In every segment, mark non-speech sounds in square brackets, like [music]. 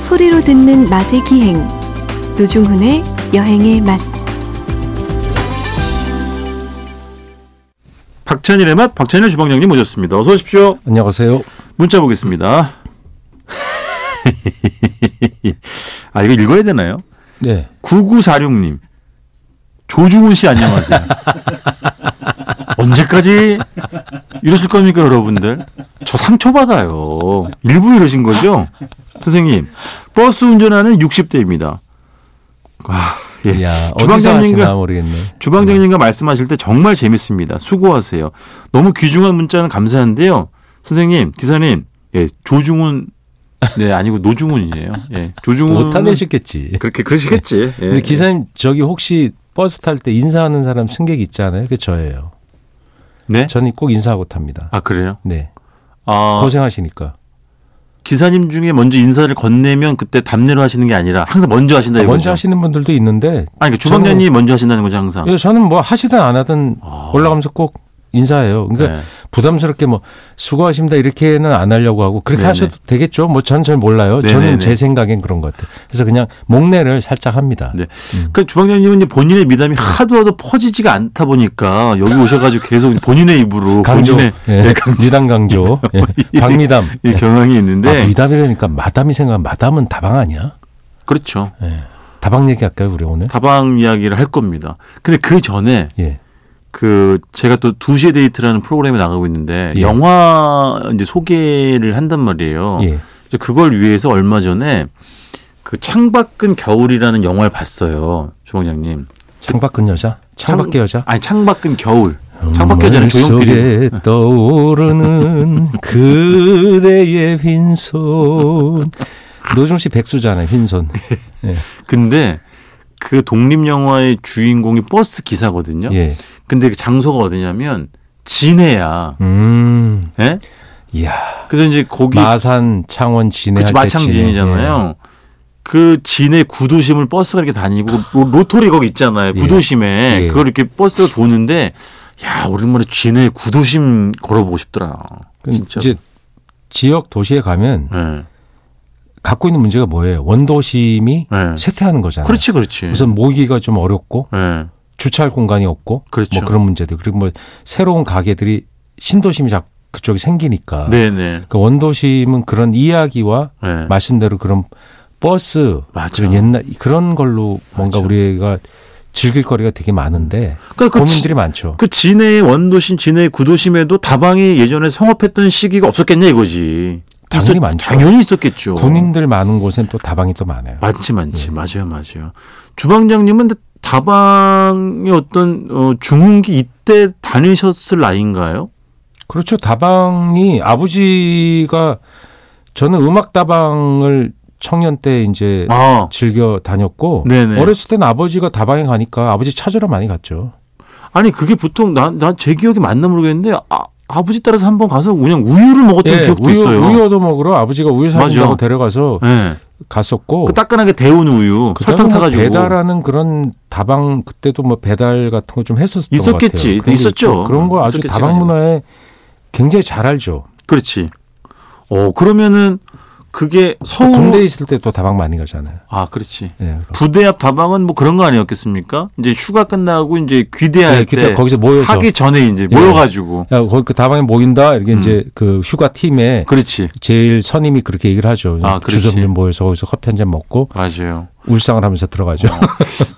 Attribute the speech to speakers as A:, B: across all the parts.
A: 소리로 듣는 맛의 기행 노중훈의 여행의 맛
B: 박찬일의 맛 박찬일 주방장님 모셨습니다. 어서 오십시오.
C: 안녕하세요.
B: 문자 보겠습니다. [laughs] 아 이거 읽어야 되나요?
C: 네.
B: 9946님. 조중훈 씨 안녕하세요. [laughs] 언제까지 이러실 겁니까 여러분들? 저 상처받아요. 일부 이러신 거죠? 선생님. 버스 운전하는 60대입니다. 아, 예.
C: 야, 어디서 하시나
B: 주방장님과
C: 모르겠네.
B: 주방장님과 말씀하실 때 정말 재밌습니다. 수고하세요. 너무 귀중한 문자는 감사한데요. 선생님, 기사님, 예, 조중훈, 네, 아니고 노중훈이에요. 예, 조중훈.
C: 못 타내셨겠지.
B: 그렇게 그러시겠지. 예.
C: 네. 근데 기사님 저기 혹시 버스 탈 때 인사하는 사람 승객 있잖아요. 그게 저예요.
B: 네.
C: 저는 꼭 인사하고 탑니다.
B: 아 그래요?
C: 네.
B: 아
C: 고생하시니까.
B: 기사님 중에 먼저 인사를 건네면 그때 답례로 하시는 게 아니라 항상 먼저 하신다
C: 아,
B: 이거죠?
C: 먼저 하시는 분들도 있는데
B: 네, 아니 그러니까 주방장님이 먼저 하신다는 거죠 항상.
C: 예, 저는 뭐 하시든 안 하든 올라가면서 꼭 인사해요. 그러니까
B: 네.
C: 부담스럽게 뭐 수고하십니다 이렇게는 안 하려고 하고 그렇게
B: 네네.
C: 하셔도 되겠죠. 뭐 전 잘 몰라요.
B: 네네네.
C: 저는 제 생각엔 그런 것 같아요. 그래서 그냥 목례를 살짝 합니다.
B: 네.
C: 음.
B: 그러니까 주방장님은 이제 본인의 미담이 하도 하도 퍼지지가 않다 보니까 여기 오셔가지고 계속 본인의 입으로
C: 강조,
B: 뭐 본인의 네, 뭐
C: 예,
B: [laughs]
C: 미담 강조, 예, 박미담.
B: 이 경향이 있는데
C: 아, 미담이라니까 마담이 생각. 마담은 다방 아니야?
B: 그렇죠.
C: 예. 다방 얘기할까요, 우리 오늘?
B: 다방 이야기를 할 겁니다. 근데 그 전에
C: 예.
B: 그 제가 또 2시에 데이트라는 프로그램에 나가고 있는데
C: 예.
B: 영화 이제 소개를 한단 말이에요.
C: 예.
B: 이제 그걸 위해서 얼마 전에 그 창밖은 겨울이라는 영화를 봤어요. 주방장님.
C: 창밖은 여자, 창밖의 여자. 음,
B: 아니 창밖은 겨울. 창밖의 여자는 조용필이.
C: 속에
B: [laughs]
C: 떠오르는 그대의 빈손. 노중 씨 백수잖아요, 흰손.
B: 근데 그 독립 영화의 주인공이 버스 기사거든요.
C: 예.
B: 근데 그 장소가 어디냐면 진해야.
C: 음.
B: 예?
C: 이야.
B: 그래서 이제 거기
C: 마산, 창원, 진해.
B: 그치
C: 할 때 예. 진해.
B: 마창진이잖아요. 그 진해 구도심을 버스가 이렇게 다니고 그 로- 로터리 거기 있잖아요.
C: 예.
B: 구도심에
C: 예.
B: 그걸 이렇게 버스가 도는데 야 오랜만에 진해 구도심 걸어보고 싶더라.
C: 예.
B: 진짜.
C: 이제 지역 도시에 가면
B: 예.
C: 갖고 있는 문제가 뭐예요? 원도심이
B: 예.
C: 쇠퇴하는 거잖아요.
B: 그렇지 그렇지.
C: 우선 모기가 좀 어렵고
B: 예.
C: 주차할 공간이 없고
B: 그렇죠.
C: 뭐 그런 문제들 그리고 뭐 새로운 가게들이 신도심이 자 그쪽에 생기니까
B: 네네.
C: 그 원도심은 그런 이야기와
B: 예.
C: 말씀대로 그런 버스
B: 맞아.
C: 그런 옛날 그런 걸로 뭔가 우리가 즐길 거리가 되게 많은데
B: 그러니까 그
C: 고민들이
B: 지-
C: 많죠.
B: 그 진해의 원도심, 진해의 구도심에도 다방이 예전에 성업했던 시기가 없었겠냐 이거지.
C: 당연히
B: 있었-
C: 많죠.
B: 당연히 있었겠죠.
C: 군인들 많은 곳엔 또 다방이 또 많아요.
B: 많지 많지 맞아요 맞아요 주방장님은 근데 다방의 어떤 어, 중흥기 이때 다니셨을 나이인가요?
C: 그렇죠. 다방이 아버지가 저는 음악 다방을 청년 때 이제
B: 아
C: 즐겨 다녔고
B: 네네.
C: 어렸을 땐 아버지가 다방에 가니까 아버지 찾으러 많이 갔죠.
B: 아니 그게 보통 나나제 기억이 맞나 모르겠는데 아, 아버지 따라서 한번 가서 그냥 우유를 먹었던 기억도
C: 예, 우유
B: 있어요.
C: 우유 얻어 먹으러 아버지가 우유
B: 맞아.
C: 사준다고 데려가서
B: 예.
C: 갔었고
B: 그 따끈하게 데운 우유
C: 어. 그다음에
B: 설탕
C: 뭐
B: 타가지고
C: 배달하는 그런 다방 그때도 뭐 배달 같은 거 좀 했었던 것
B: 있었겠지.
C: 같아요. 그런 게
B: 있었죠.
C: 있고 그런 거 아주
B: 있었겠지가
C: 다방
B: 아니라.
C: 문화에 굉장히 잘 알죠.
B: 그렇지. 어 그러면은 그게
C: 또
B: 서울
C: 아, 군대 있을 때 또 다방 많이 가잖아요.
B: 아 그렇지.
C: 예. 그럼.
B: 부대 앞 다방은 뭐 그런 거 아니었겠습니까? 이제 휴가 끝나고 이제 귀대할
C: 네, 그때
B: 때
C: 거기서 모여서
B: 하기 전에 이제
C: 예.
B: 모여가지고
C: 야, 거기 그 다방에 모인다.
B: 음.
C: 이렇게 이제 그 휴가 팀에
B: 그렇지
C: 제일 선임이 그렇게 얘기를 하죠.
B: 아, 그렇지.
C: 주점점 모여서 거기서 커피 한 잔 먹고
B: 맞아요.
C: 울상을 하면서 들어가죠.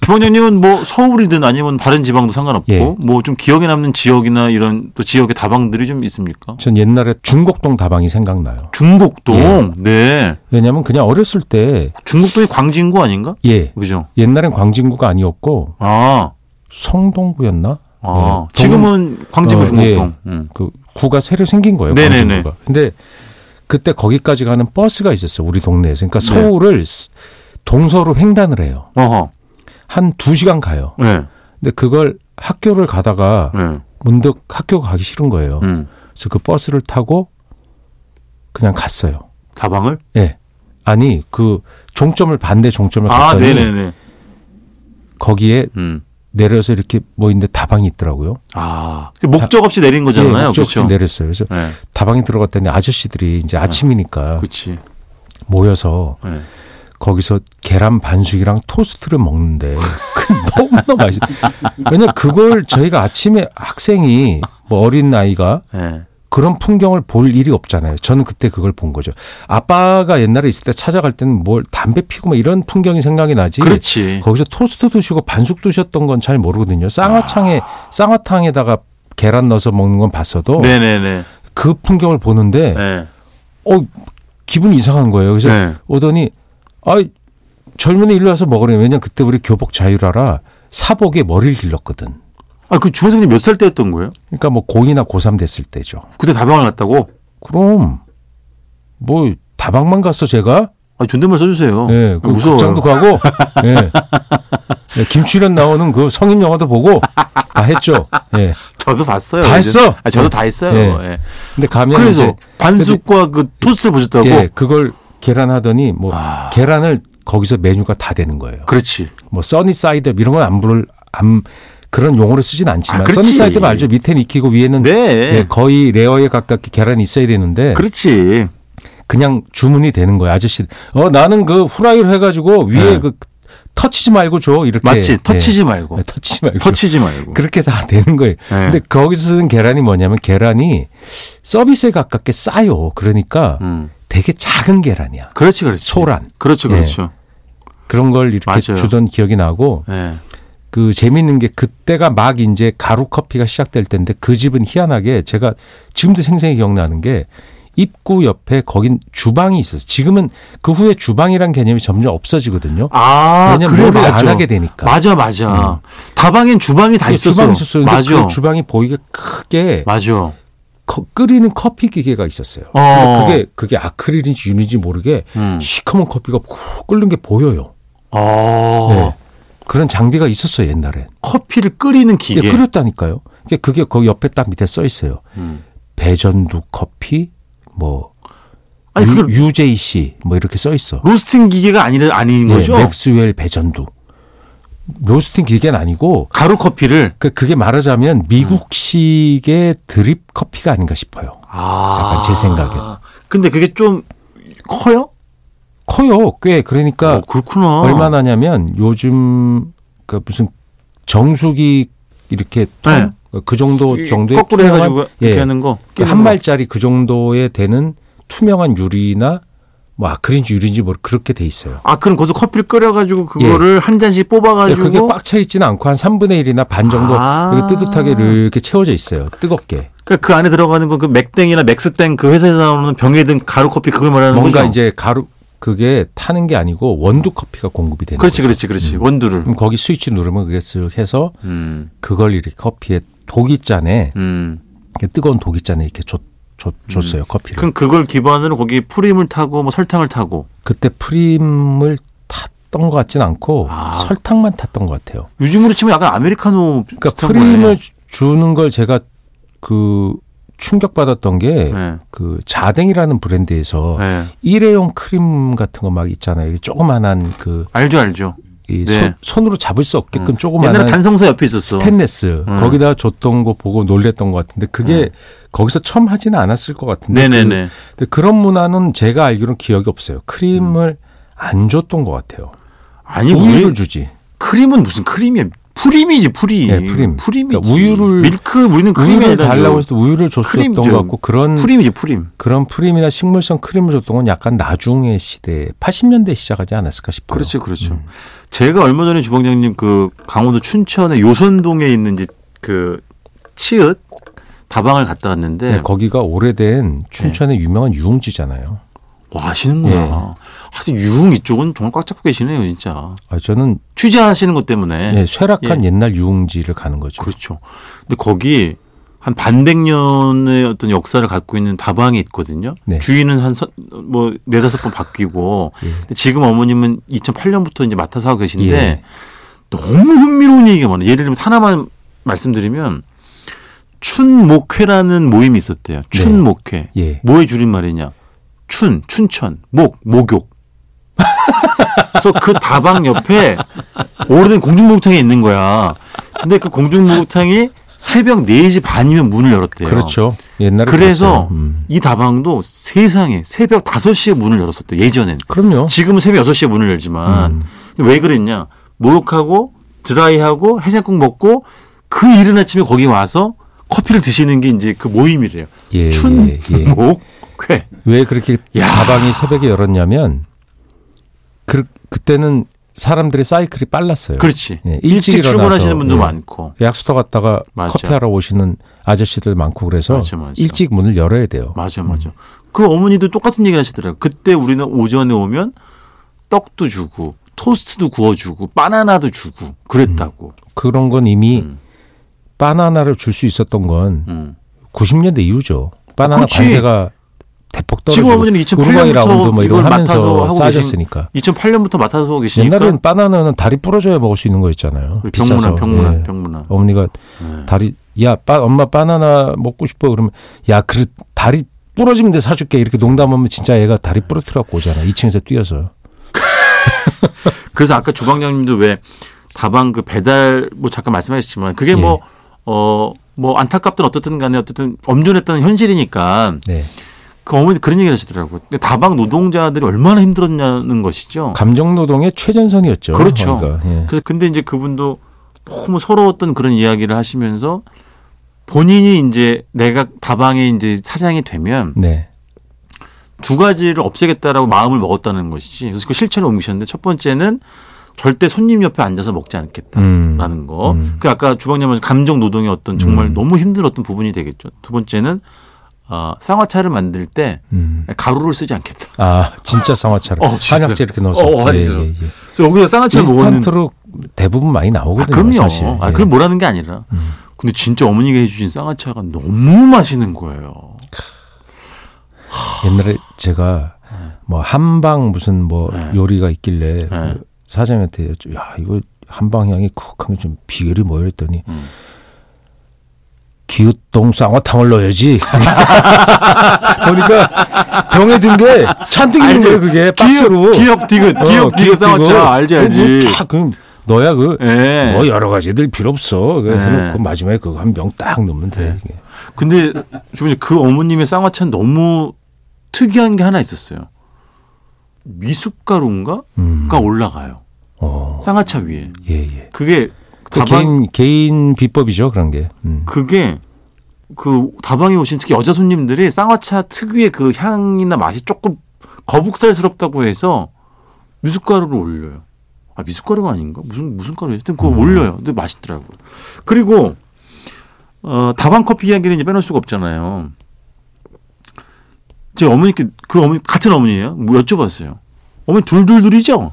B: 주방장님은 뭐 서울이든 아니면 다른 지방도 상관없고
C: 예.
B: 뭐 좀 기억에 남는 지역이나 이런 또 지역의 다방들이 좀 있습니까?
C: 전 옛날에 중곡동 다방이 생각나요. 예.
B: 중곡동 네
C: 왜냐하면 그냥 어렸을 때
B: 중곡동이 광진구 아닌가?
C: 예.
B: 그죠?
C: 옛날엔 광진구가 아니었고
B: 아,
C: 성동구였나?
B: 아
C: 예.
B: 지금은 광진구
C: 어,
B: 중곡동 음.
C: 그 구가 새로 생긴 거예요.
B: 네네네.
C: 광진구가. 근데 그때 거기까지 가는 버스가 있었어요. 우리 동네에서. 그러니까
B: 네.
C: 서울을 스- 동서로 횡단을 해요.
B: 어허
C: 한 두시간 가요.
B: 네,
C: 근데 그걸 학교를 가다가
B: 네.
C: 문득 학교 가기 싫은 거예요.
B: 음.
C: 그래서 그 버스를 타고 그냥 갔어요.
B: 다방을
C: 예. 아니 그 종점을 반대 종점을
B: 아
C: 갔더니
B: 네네네
C: 거기에
B: 음.
C: 내려서 이렇게 뭐 있는데 다방이 있더라고요.
B: 아 목적 없이 내린 거잖아요
C: 예, 목적지
B: 그렇죠?
C: 내렸어요. 그래서
B: 네, 아, 그
C: 다방에 들어갔더니 아저씨들이 이제 아침이니까
B: 그렇지
C: 모여서
B: 네.
C: 거기서 계란 반숙이랑 토스트를 먹는데 [laughs] 그 너무너무 맛있. 왜냐 그걸 저희가 아침에 학생이 뭐 어린 아이가
B: 예.
C: 그런 풍경을 볼 일이 없잖아요. 저는 그때 그걸 본 거죠. 아빠가 옛날에 있을 때 찾아갈 때는 뭘 담배 피고 막 이런 풍경이 생각이 나지.
B: 그렇지.
C: 거기서 토스트 드시고 반숙 드셨던 건 잘 모르거든요. 쌍화탕에 쌍화탕에다가 계란 넣어서 먹는 건 봤어도
B: 아. 네네네.
C: 그 풍경을 보는데
B: 예.
C: 어 기분이 이상한 거예요. 그래서
B: 네.
C: 오더니 아 젊은이 일로 와서 먹으래. 왜냐 그때 우리 교복 자유라라 사복에 머리를 길렀거든.
B: 아, 그 주원생님 몇 살 때였던 거예요?
C: 그러니까 뭐 고2나 고3 됐을 때죠.
B: 그때 다방을 갔다고?
C: 그럼 뭐 다방만 갔어 제가.
B: 아, 존댓말 써주세요.
C: 예,
B: 아,
C: 그
B: 무서워요.
C: 극장도 가고, 예, 예, 김출현 나오는 그 성인 영화도 보고 다 했죠. 예,
B: [laughs] 저도 봤어요.
C: 다
B: 이제.
C: 했어?
B: 아, 저도
C: 예.
B: 다 했어요.
C: 예.
B: 예.
C: 근데 가면
B: 그래서 반숙과 그 토스를 보셨다고?
C: 이제, 예, 그걸 계란 하더니 뭐
B: 아.
C: 계란을 거기서 메뉴가 다 되는 거예요.
B: 그렇지.
C: 뭐 써니 사이드업 이런 건 안 부를 안 그런 용어를 쓰진 않지만
B: 아, 그렇지.
C: 써니 사이드업 알죠? 밑에는 익히고 위에는
B: 네.
C: 예, 거의 레어에 가깝게 계란이 있어야 되는데
B: 그렇지.
C: 그냥 주문이 되는 거예요. 아저씨, 어 나는 그 후라이로 해가지고 위에
B: 네.
C: 그 터치지 말고 줘 이렇게
B: 맞지.
C: 예.
B: 터치지 말고.
C: 예, 터치지 말고
B: 터치지 말고. 네.
C: 그렇게 다 되는 거예요. 근데 거기서 쓰는 계란이 뭐냐면 계란이 서비스에 가깝게 싸요. 그러니까
B: 음.
C: 되게 작은 계란이야.
B: 그렇지, 그렇지.
C: 소란.
B: 그렇죠,
C: 예.
B: 그렇죠.
C: 그런 걸 이렇게
B: 맞아요.
C: 주던 기억이 나고
B: 예.
C: 그 재밌는 게 그때가 막 이제 가루 커피가 시작될 때인데 그 집은 희한하게 제가 지금도 생생히 기억나는 게 입구 옆에 거긴 주방이 있었어. 지금은 그 후에 주방이란 개념이 점점 없어지거든요.
B: 아,
C: 왜냐면
B: 그래,
C: 뭐를
B: 맞아.
C: 안 하게 되니까.
B: 맞아, 맞아. 다방엔 주방이 다
C: 그
B: 있었어.
C: 주방이 있었어요. 근데
B: 맞아.
C: 그 주방이 보이게 크게
B: 맞아.
C: 커- 끓이는 커피 기계가 있었어요.
B: 어.
C: 근데 그게 그게 아크릴인지 윤인지 모르게
B: 음.
C: 시커먼 커피가 푹 끓는 게 보여요.
B: 어.
C: 네. 그런 장비가 있었어요 옛날에.
B: 커피를 끓이는
C: 이게
B: 기계.
C: 끓였다니까요. 예, 그러니까 그게, 그게 거기 옆에 딱 밑에 써 있어요.
B: 음.
C: 배전두 커피 뭐
B: 아니, 그걸
C: 유, 제이 씨뭐 이렇게 써 있어.
B: 로스팅 기계가 아니라 아닌
C: 네,
B: 거죠?
C: 맥스웰 배전두. 로스팅 기계는 아니고
B: 가루 커피를.
C: 그- 그게 말하자면
B: 음.
C: 미국식의 드립 커피가 아닌가 싶어요.
B: 아.
C: 약간 제 생각엔.
B: 근데 그게 좀 커요?
C: 커요 꽤 그러니까
B: 어, 그렇구나.
C: 얼마나냐면 요즘 그 무슨 정수기 이렇게
B: 네.
C: 통 그 정도
B: 이-
C: 정도의
B: 거꾸로
C: 투명한-
B: 해가지고 이렇게
C: 예,
B: 하는 거.
C: 그한 말짜리 그 정도에 되는 투명한 유리나 뭐 아크릴인지 유리인지 뭐 그렇게 돼 있어요.
B: 아, 그럼 거기서 커피를 끓여가지고 그거를 한 잔씩
C: 근데
B: 뽑아가지고.
C: 예. 그게 꽉 차 있지는 않고 한 3분의 1이나 반 정도
B: 아.
C: 이렇게 뜨뜻하게 이렇게 채워져 있어요. 뜨겁게.
B: 그러니까 그 안에 들어가는 건 그 맥땡이나 맥스땡 그 회사에서 나오는 병에 든 가루 커피 아, 그걸 말하는
C: 뭔가
B: 거죠.
C: 이제 가루 그게 타는 게 아니고 원두 커피가 공급이 되는
B: 그렇지,
C: 거죠.
B: 그렇지, 그렇지. 원두를.
C: 그럼 거기 스위치 누르면 그게 쓱 해서
B: 음,
C: 그걸 이렇게 커피에 독이잔에
B: 음.
C: 이렇게 뜨거운 독이잔에 이렇게 줬, 줬, 줬어요 커피를.
B: 그럼 그걸 기반으로 거기 프림을 타고 뭐 설탕을 타고.
C: 그때 프림을 탔던 것 같진 않고
B: 아.
C: 설탕만 탔던 것 같아요.
B: 요즘으로 치면 약간 아메리카노
C: 그러니까
B: 비슷한
C: 프림을
B: 거네.
C: 주- 주는 걸 제가 그 충격받았던 게 그
B: 네.
C: 자댕이라는 브랜드에서
B: 네.
C: 일회용 크림 같은 거 막 있잖아요. 이게 조그만한 그
B: 알죠, 알죠.
C: 이
B: 네. 음.
C: 손, 손으로 잡을 수 없게끔
B: 옛날에
C: 조그만한
B: 단성사 옆에 있었어.
C: 스탠레스
B: 음. 네.
C: 거기다 줬던 거 보고 놀랬던 것 같은데 그게 거기서 처음 하지는 않았을 것 같은데 그,
B: 네네네.
C: 근데 그런 문화는 제가 알기로는 기억이 없어요. 크림을 안 줬던 것 같아요.
B: 음. 아니, 우유
C: 우유를 주지.
B: 크림은 무슨 크림이야? 프림이지, 프림.
C: 예, 프림.
B: 프림이지.
C: 그러니까 우유를-
B: 밀크 우리는 크림이
C: 우유를
B: 아니라
C: 달라고 해서 우유를 줬었던
B: 크림
C: 것
B: 좀.
C: 같고 그런
B: 프림이지, 프림.
C: 그런 프림이나 식물성 크림을 줬던 건 약간 나중의 시대 80년대 시작하지 않았을까 싶어요.
B: 그렇죠, 그렇죠.
C: 음.
B: 제가 얼마 전에 주방장님 그 강원도 춘천의 요선동에 있는 이제 그 치읓 다방을 갔다 왔는데
C: 네, 거기가 오래된
B: 네.
C: 춘천의 유명한 유흥지잖아요.
B: 와 하시는구나.
C: 예.
B: 하여튼 유흥 이쪽은 정말 꽉 잡고 계시네요, 진짜.
C: 아, 저는
B: 취재하시는 것 때문에.
C: 예, 쇠락한 옛날 유흥지를 가는 거죠.
B: 그렇죠. 근데 거기 한 반백 년의 어떤 역사를 갖고 있는 다방이 있거든요.
C: 네.
B: 주인은 한 뭐 네다섯 번 바뀌고
C: 예.
B: 근데 지금 어머님은 2008년부터 이제 맡아서 하고 계신데
C: 예.
B: 너무 흥미로운 얘기가 많아요. 예를 들면 하나만 말씀드리면 춘목회라는 모임이 있었대요. 춘목회.
C: 네. 예.
B: 뭐의 줄임말이냐? 춘, 춘천, 목, 목욕. 그래서 그 다방 옆에 오래된 공중목욕탕이 있는 거야. 근데 그 공중목욕탕이 새벽 4시 반이면 문을 열었대요.
C: 그렇죠. 옛날에
B: 그래서
C: 그랬어요. 음.
B: 이 다방도 세상에 새벽 5시에 문을 열었었대. 예전엔.
C: 그럼요. 음.
B: 지금은 새벽 6시에 문을 열지만 왜 그랬냐? 목욕하고 드라이하고 해장국 먹고 그 이른 아침에 거기 와서 커피를 드시는 게 이제 그 모임이래요.
C: 예, 예, 예.
B: 춘목회.
C: 왜 그렇게
B: 야.
C: 다방이 새벽에 열었냐면 그 그때는 사람들의 사이클이 빨랐어요.
B: 그렇지.
C: 예,
B: 일찍
C: 일찍 일어나서,
B: 출근하시는 분도
C: 예.
B: 많고.
C: 약수터 갔다가
B: 맞아.
C: 커피하러 오시는 아저씨들 많고 그래서
B: 맞아, 맞아.
C: 일찍 문을 열어야 돼요.
B: 맞아, 맞아. 그 어머니도 똑같은 얘기 하시더라고요. 그때 우리는 오전에 오면 떡도 주고 토스트도 구워주고 바나나도 주고 그랬다고.
C: 그런 건 이미
B: 음.
C: 바나나를 줄 수 있었던 건
B: 음.
C: 90년대 이후죠. 바나나
B: 그렇지.
C: 관세가 대폭 떨어지고
B: 지금 어머니는 2008
C: 우루과이
B: 년부터
C: 라운드 뭐 이런
B: 이걸
C: 거
B: 맡아서
C: 하면서
B: 하고
C: 싸졌으니까.
B: 2008년부터 맡아서 오고 계시니까
C: 옛날에는 바나나는 다리 부러져야 먹을 수 있는 거였잖아요.
B: 우리 병문안,
C: 비싸서.
B: 병문안,
C: 예.
B: 병문안.
C: 어머니가
B: 네.
C: 다리 야 빠, 엄마 바나나 먹고 싶어 그러면 야 그 다리 부러지면 내 사줄게 이렇게 농담하면 진짜 얘가 다리 부러뜨려 갖고 오잖아 2층에서 뛰어서
B: 그래서 아까 주방장님도 왜 다방 그 배달 뭐 잠깐 말씀하셨지만 그게
C: 예.
B: 뭐 어, 뭐 안타깝든 어떻든 간에 어쨌든 엄존했던 현실이니까
C: 네.
B: 그 어머니 그런 얘기를 하시더라고요. 근데 다방 노동자들이 얼마나 힘들었냐는 것이죠.
C: 감정 노동의 최전선이었죠
B: 그렇죠.
C: 어머니가. 예.
B: 그래서 근데 이제 그분도 너무 서러웠던 그런 이야기를 하시면서 본인이 이제 내가 다방에 이제 사장이 되면
C: 네
B: 두 가지를 없애겠다라고 마음을 먹었다는 것이지. 그래서 그 실천에 옮기셨는데 첫 번째는 절대 손님 옆에 앉아서 먹지 않겠다.
C: 음.
B: 라는 거.
C: 음.
B: 그 아까 주방장님 감정 노동의 어떤 정말
C: 음.
B: 너무 힘들었던 부분이 되겠죠. 두 번째는 어, 쌍화차를 만들 때
C: 음.
B: 가루를 쓰지 않겠다.
C: 아 진짜
B: [laughs]
C: 쌍화차를
B: 어, 진짜.
C: 한약재 이렇게 넣어서 예,
B: 어, 어, 알죠. 그래서 여기서 쌍화차를 먹었는데
C: 인스턴트로 대부분 많이
B: 아,
C: 나오거든요
B: 그럼요.
C: 사실
B: 아,
C: 예.
B: 그럼 뭐라는 게 아니라.
C: 음.
B: 근데 진짜 어머니가 해주신 쌍화차가 너무 맛있는 거예요.
C: 옛날에 제가 뭐 한방 무슨 뭐
B: 네.
C: 요리가 있길래
B: 네.
C: 그 사장한테 여쭤- 야 이거 한방 향이 콕하면 좀 비결이 뭐야 그랬더니
B: 음.
C: 기우동 쌍화탕을 넣어야지. [laughs] 보니까 병에 든 게 잔뜩 있는
B: 알지?
C: 거예요 그게 박스로.
B: 기억, 기억 디귿,
C: 어,
B: 기억 디귿 쌍화차. 알지, 알지.
C: 그럼 뭐 촥, 그럼 너야 그.
B: 예.
C: 뭐 여러 가지들 필요 없어. 그
B: 네.
C: 해놓고 마지막에 그거 한 병 딱 넣으면
B: 예.
C: 돼. 이게.
B: 근데 주변에 그 어머님의 쌍화차는 너무 특이한 게 하나 있었어요. 미숫가루인가?
C: 음.
B: 가 올라가요.
C: 어.
B: 쌍화차 위에.
C: 예 예.
B: 그게
C: 그
B: 다방
C: 개인 개인 비법이죠 그런 게. 음.
B: 그게 그 다방에 오신 특히 여자 손님들이 쌍화차 특유의 그 향이나 맛이 조금 거북살스럽다고 해서 미숫가루를 올려요. 아 미숫가루가 아닌가? 무슨 무슨 가루예요? 하여튼 그거
C: 음.
B: 올려요. 근데 맛있더라고요. 그리고 어 다방 커피 이야기는 이제 빼놓을 수가 없잖아요. 제 어머니께 그 어머니 같은 어머니예요. 뭐 여쭤봤어요. 어머니 둘둘둘이죠?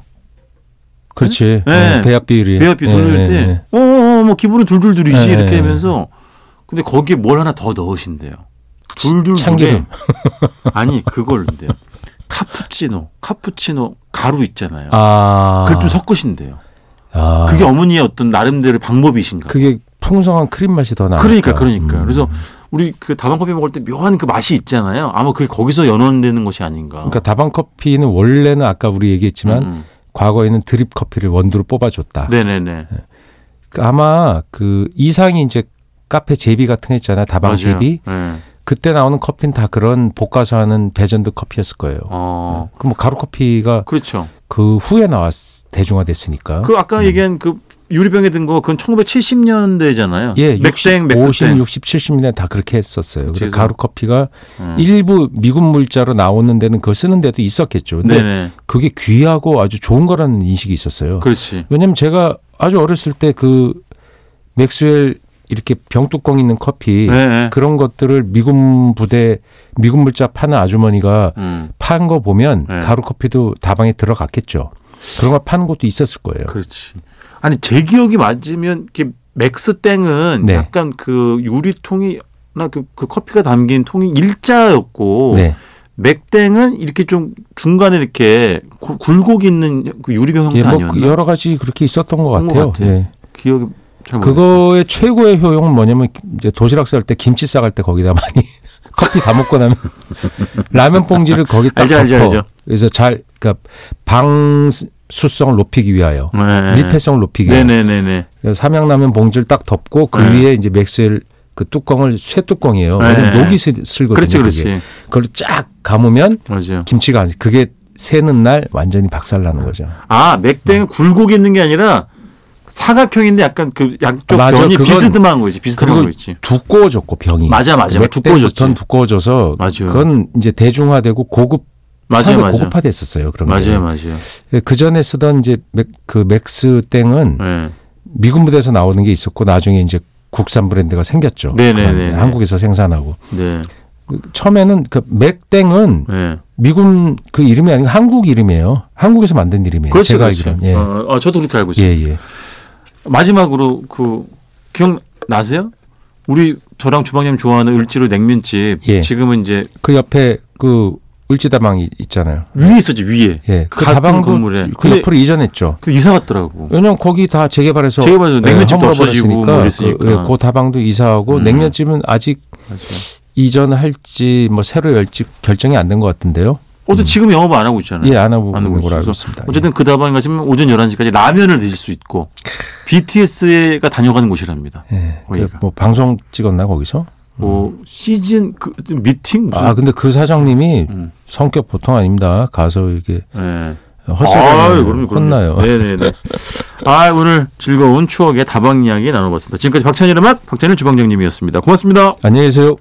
C: 그렇지.
B: 네.
C: 예, 배합 비율이.
B: 배합 비 돌릴
C: 예, 예,
B: 때, 어어어, 뭐 기분은 둘둘둘이지
C: 예,
B: 이렇게
C: 예.
B: 하면서, 근데 거기에 뭘 하나 더 넣으신대요.
C: 예.
B: 둘둘둘에
C: 참기름.
B: [laughs] 아니 그걸인데요. 카푸치노, 카푸치노 가루 있잖아요.
C: 아.
B: 그걸 좀 섞으신대요.
C: 아.
B: 그게 어머니의 어떤 나름대로 방법이신가.
C: 그게 아, 풍성한 크림 맛이 더 음. 나.
B: 그러니까 그러니까. 그래서 우리 그 다방 커피 먹을 때 묘한 그 맛이 있잖아요. 아마 그게 거기서 연원되는 것이 아닌가.
C: 그러니까 다방 커피는 원래는 아까 우리 얘기했지만
B: 음,
C: 과거에는 드립 커피를 원두로 뽑아줬다.
B: 음. 네네네.
C: 예, 아마 그 이상이 이제 카페 제비 같은 거 있잖아요. 다방
B: 맞아요.
C: 제비.
B: 예.
C: 그때 나오는 커피는 다 그런 볶아서 하는 베전드 커피였을 거예요.
B: 어,
C: 그럼 뭐 가루 커피가
B: 그렇죠.
C: 그 후에 나왔 대중화됐으니까.
B: 그 아까 얘기한 그 유리병에 든 거 그건 1970년대잖아요.
C: 예,
B: 맥생,
C: 50,
B: 맥스생.
C: 60, 70년대 다 그렇게 했었어요. 그래서
B: 그래서-
C: 가루 커피가
B: 음.
C: 일부 미군 물자로 나오는 데는 그걸 쓰는 데도 있었겠죠. 근데
B: 네네.
C: 그게 귀하고 아주 좋은 거라는 인식이 있었어요.
B: 그렇지.
C: 왜냐면 제가 아주 어렸을 때 그 맥스웰 이렇게 병뚜껑 있는 커피
B: 네, 네.
C: 예. 그런 것들을 미군 부대 미군 물자 파는 아주머니가
B: 음,
C: 판 거 보면
B: 네.
C: 가루 커피도 다방에 들어갔겠죠. 그런 걸 파는 곳도 있었을 거예요.
B: 그렇지. 아니 제 기억이 맞으면 이렇게 맥스 땡은
C: 네.
B: 약간 그 유리통이나 그, 그 커피가 담긴 통이 일자였고
C: 네.
B: 맥땡은 이렇게 좀 중간에 이렇게 고- 굴곡 있는 그 유리병 형태
C: 예, 뭐
B: 아니었나?
C: 그 여러 가지 그렇게 있었던 것
B: 그런 것
C: 같아요.
B: 같아요.
C: 예.
B: 기억이 잘 모르.
C: 그거의 최고의 효용은 뭐냐면 이제 도시락 쌀 때 김치 싸갈 때 거기다 많이 [laughs] 커피 다 먹고 나면 [laughs] 라면 봉지를 거기 딱
B: 알죠, 알죠,
C: 덮어.
B: 알죠.
C: 그래서 잘 그러니까 방 수성을 높이기 위하여
B: 네.
C: 밀폐성을 높이기 위하여
B: 네네네네.
C: 그래서 삼양라면 봉지를 딱 덮고 그
B: 네.
C: 위에 이제 맥스웰 그 뚜껑을 쇠 뚜껑이에요.
B: 네.
C: 왜냐면 녹이 슬- 슬거든요.
B: 그렇지
C: 그게.
B: 그렇지.
C: 그걸 쫙 감으면
B: 맞아요.
C: 김치가 안 그게 새는 날 완전히 박살나는 거죠.
B: 아
C: 음.
B: 맥땡은 굴곡이 있는 게 아니라 사각형인데 약간 그 양쪽
C: 맞아,
B: 면이
C: 그건-
B: 비스듬한 거 있지. 비스듬한
C: 그리고
B: 거 있지.
C: 두꺼워졌고 병이
B: 맞아, 맞아. 두꺼워졌지.
C: 맥주부터는 두꺼워져서
B: 맞아요.
C: 그건 이제 대중화되고 고급
B: 맞아요
C: 상당히
B: 맞아요.
C: 고급화됐었어요. 그런
B: 맞아요 맞아요.
C: 그 전에 쓰던 이제 맥, 그 맥스 땡은
B: 네.
C: 미군 부대에서 나오는 게 있었고 나중에 이제 국산 브랜드가 생겼죠.
B: 네네네.
C: 그다음에 한국에서 생산하고
B: 네.
C: 처음에는 그 맥땡은
B: 네.
C: 미군 그 이름이 아니고 한국 이름이에요. 한국에서 만든 이름이에요.
B: 그렇죠, 그렇지
C: 제가
B: 그렇지.
C: 알기로는. 예.
B: 어, 어, 저도 그렇게 알고 있어요.
C: 예, 예.
B: 마지막으로 그 기억 나세요? 우리 저랑 주방장님 좋아하는 을지로 냉면집
C: 예.
B: 지금은 이제
C: 그 옆에 그 을지다방이 있잖아요.
B: 위에 있었지 위에.
C: 예. 그
B: 같은
C: 다방도
B: 건물에.
C: 그
B: 근데-
C: 옆으로 이전했죠.
B: 그 이사 갔더라고.
C: 왜냐면 거기 다 재개발해서 예,
B: 재개발해서 냉면집도 없어지고 뭐
C: 그,
B: 이랬으니까.
C: 예, 그 다방도 이사하고
B: 음.
C: 냉면집은 아직
B: 맞아.
C: 이전할지 뭐 새로 열지 결정이 안 된 것 같은데요.
B: 어쨌든 지금 영업 안 하고 있잖아요.
C: 예, 안 하고
B: 안 하고
C: 있는
B: 있어서.
C: 걸로 알고 있습니다.
B: 어쨌든 그 다방 가시면 오전 11시까지 라면을 드실 수 있고 BTS가 다녀가는 곳이랍니다.
C: 예. 예. 그
B: 거기가.
C: 뭐 방송 찍었나 거기서?
B: 뭐 시즌 그 미팅 무슨
C: 아, 근데 그 사장님이
B: 음.
C: 성격 보통 아닙니다. 가서 이게
B: 네. 아유,
C: 헛소리하면
B: 그럼요, 그럼요.
C: 혼나요.
B: 네네네. 아 오늘 즐거운 추억의 다방 이야기 나눠봤습니다. 지금까지 박찬일의 맛 박찬일 주방장님이었습니다. 고맙습니다.
C: 안녕히 계세요.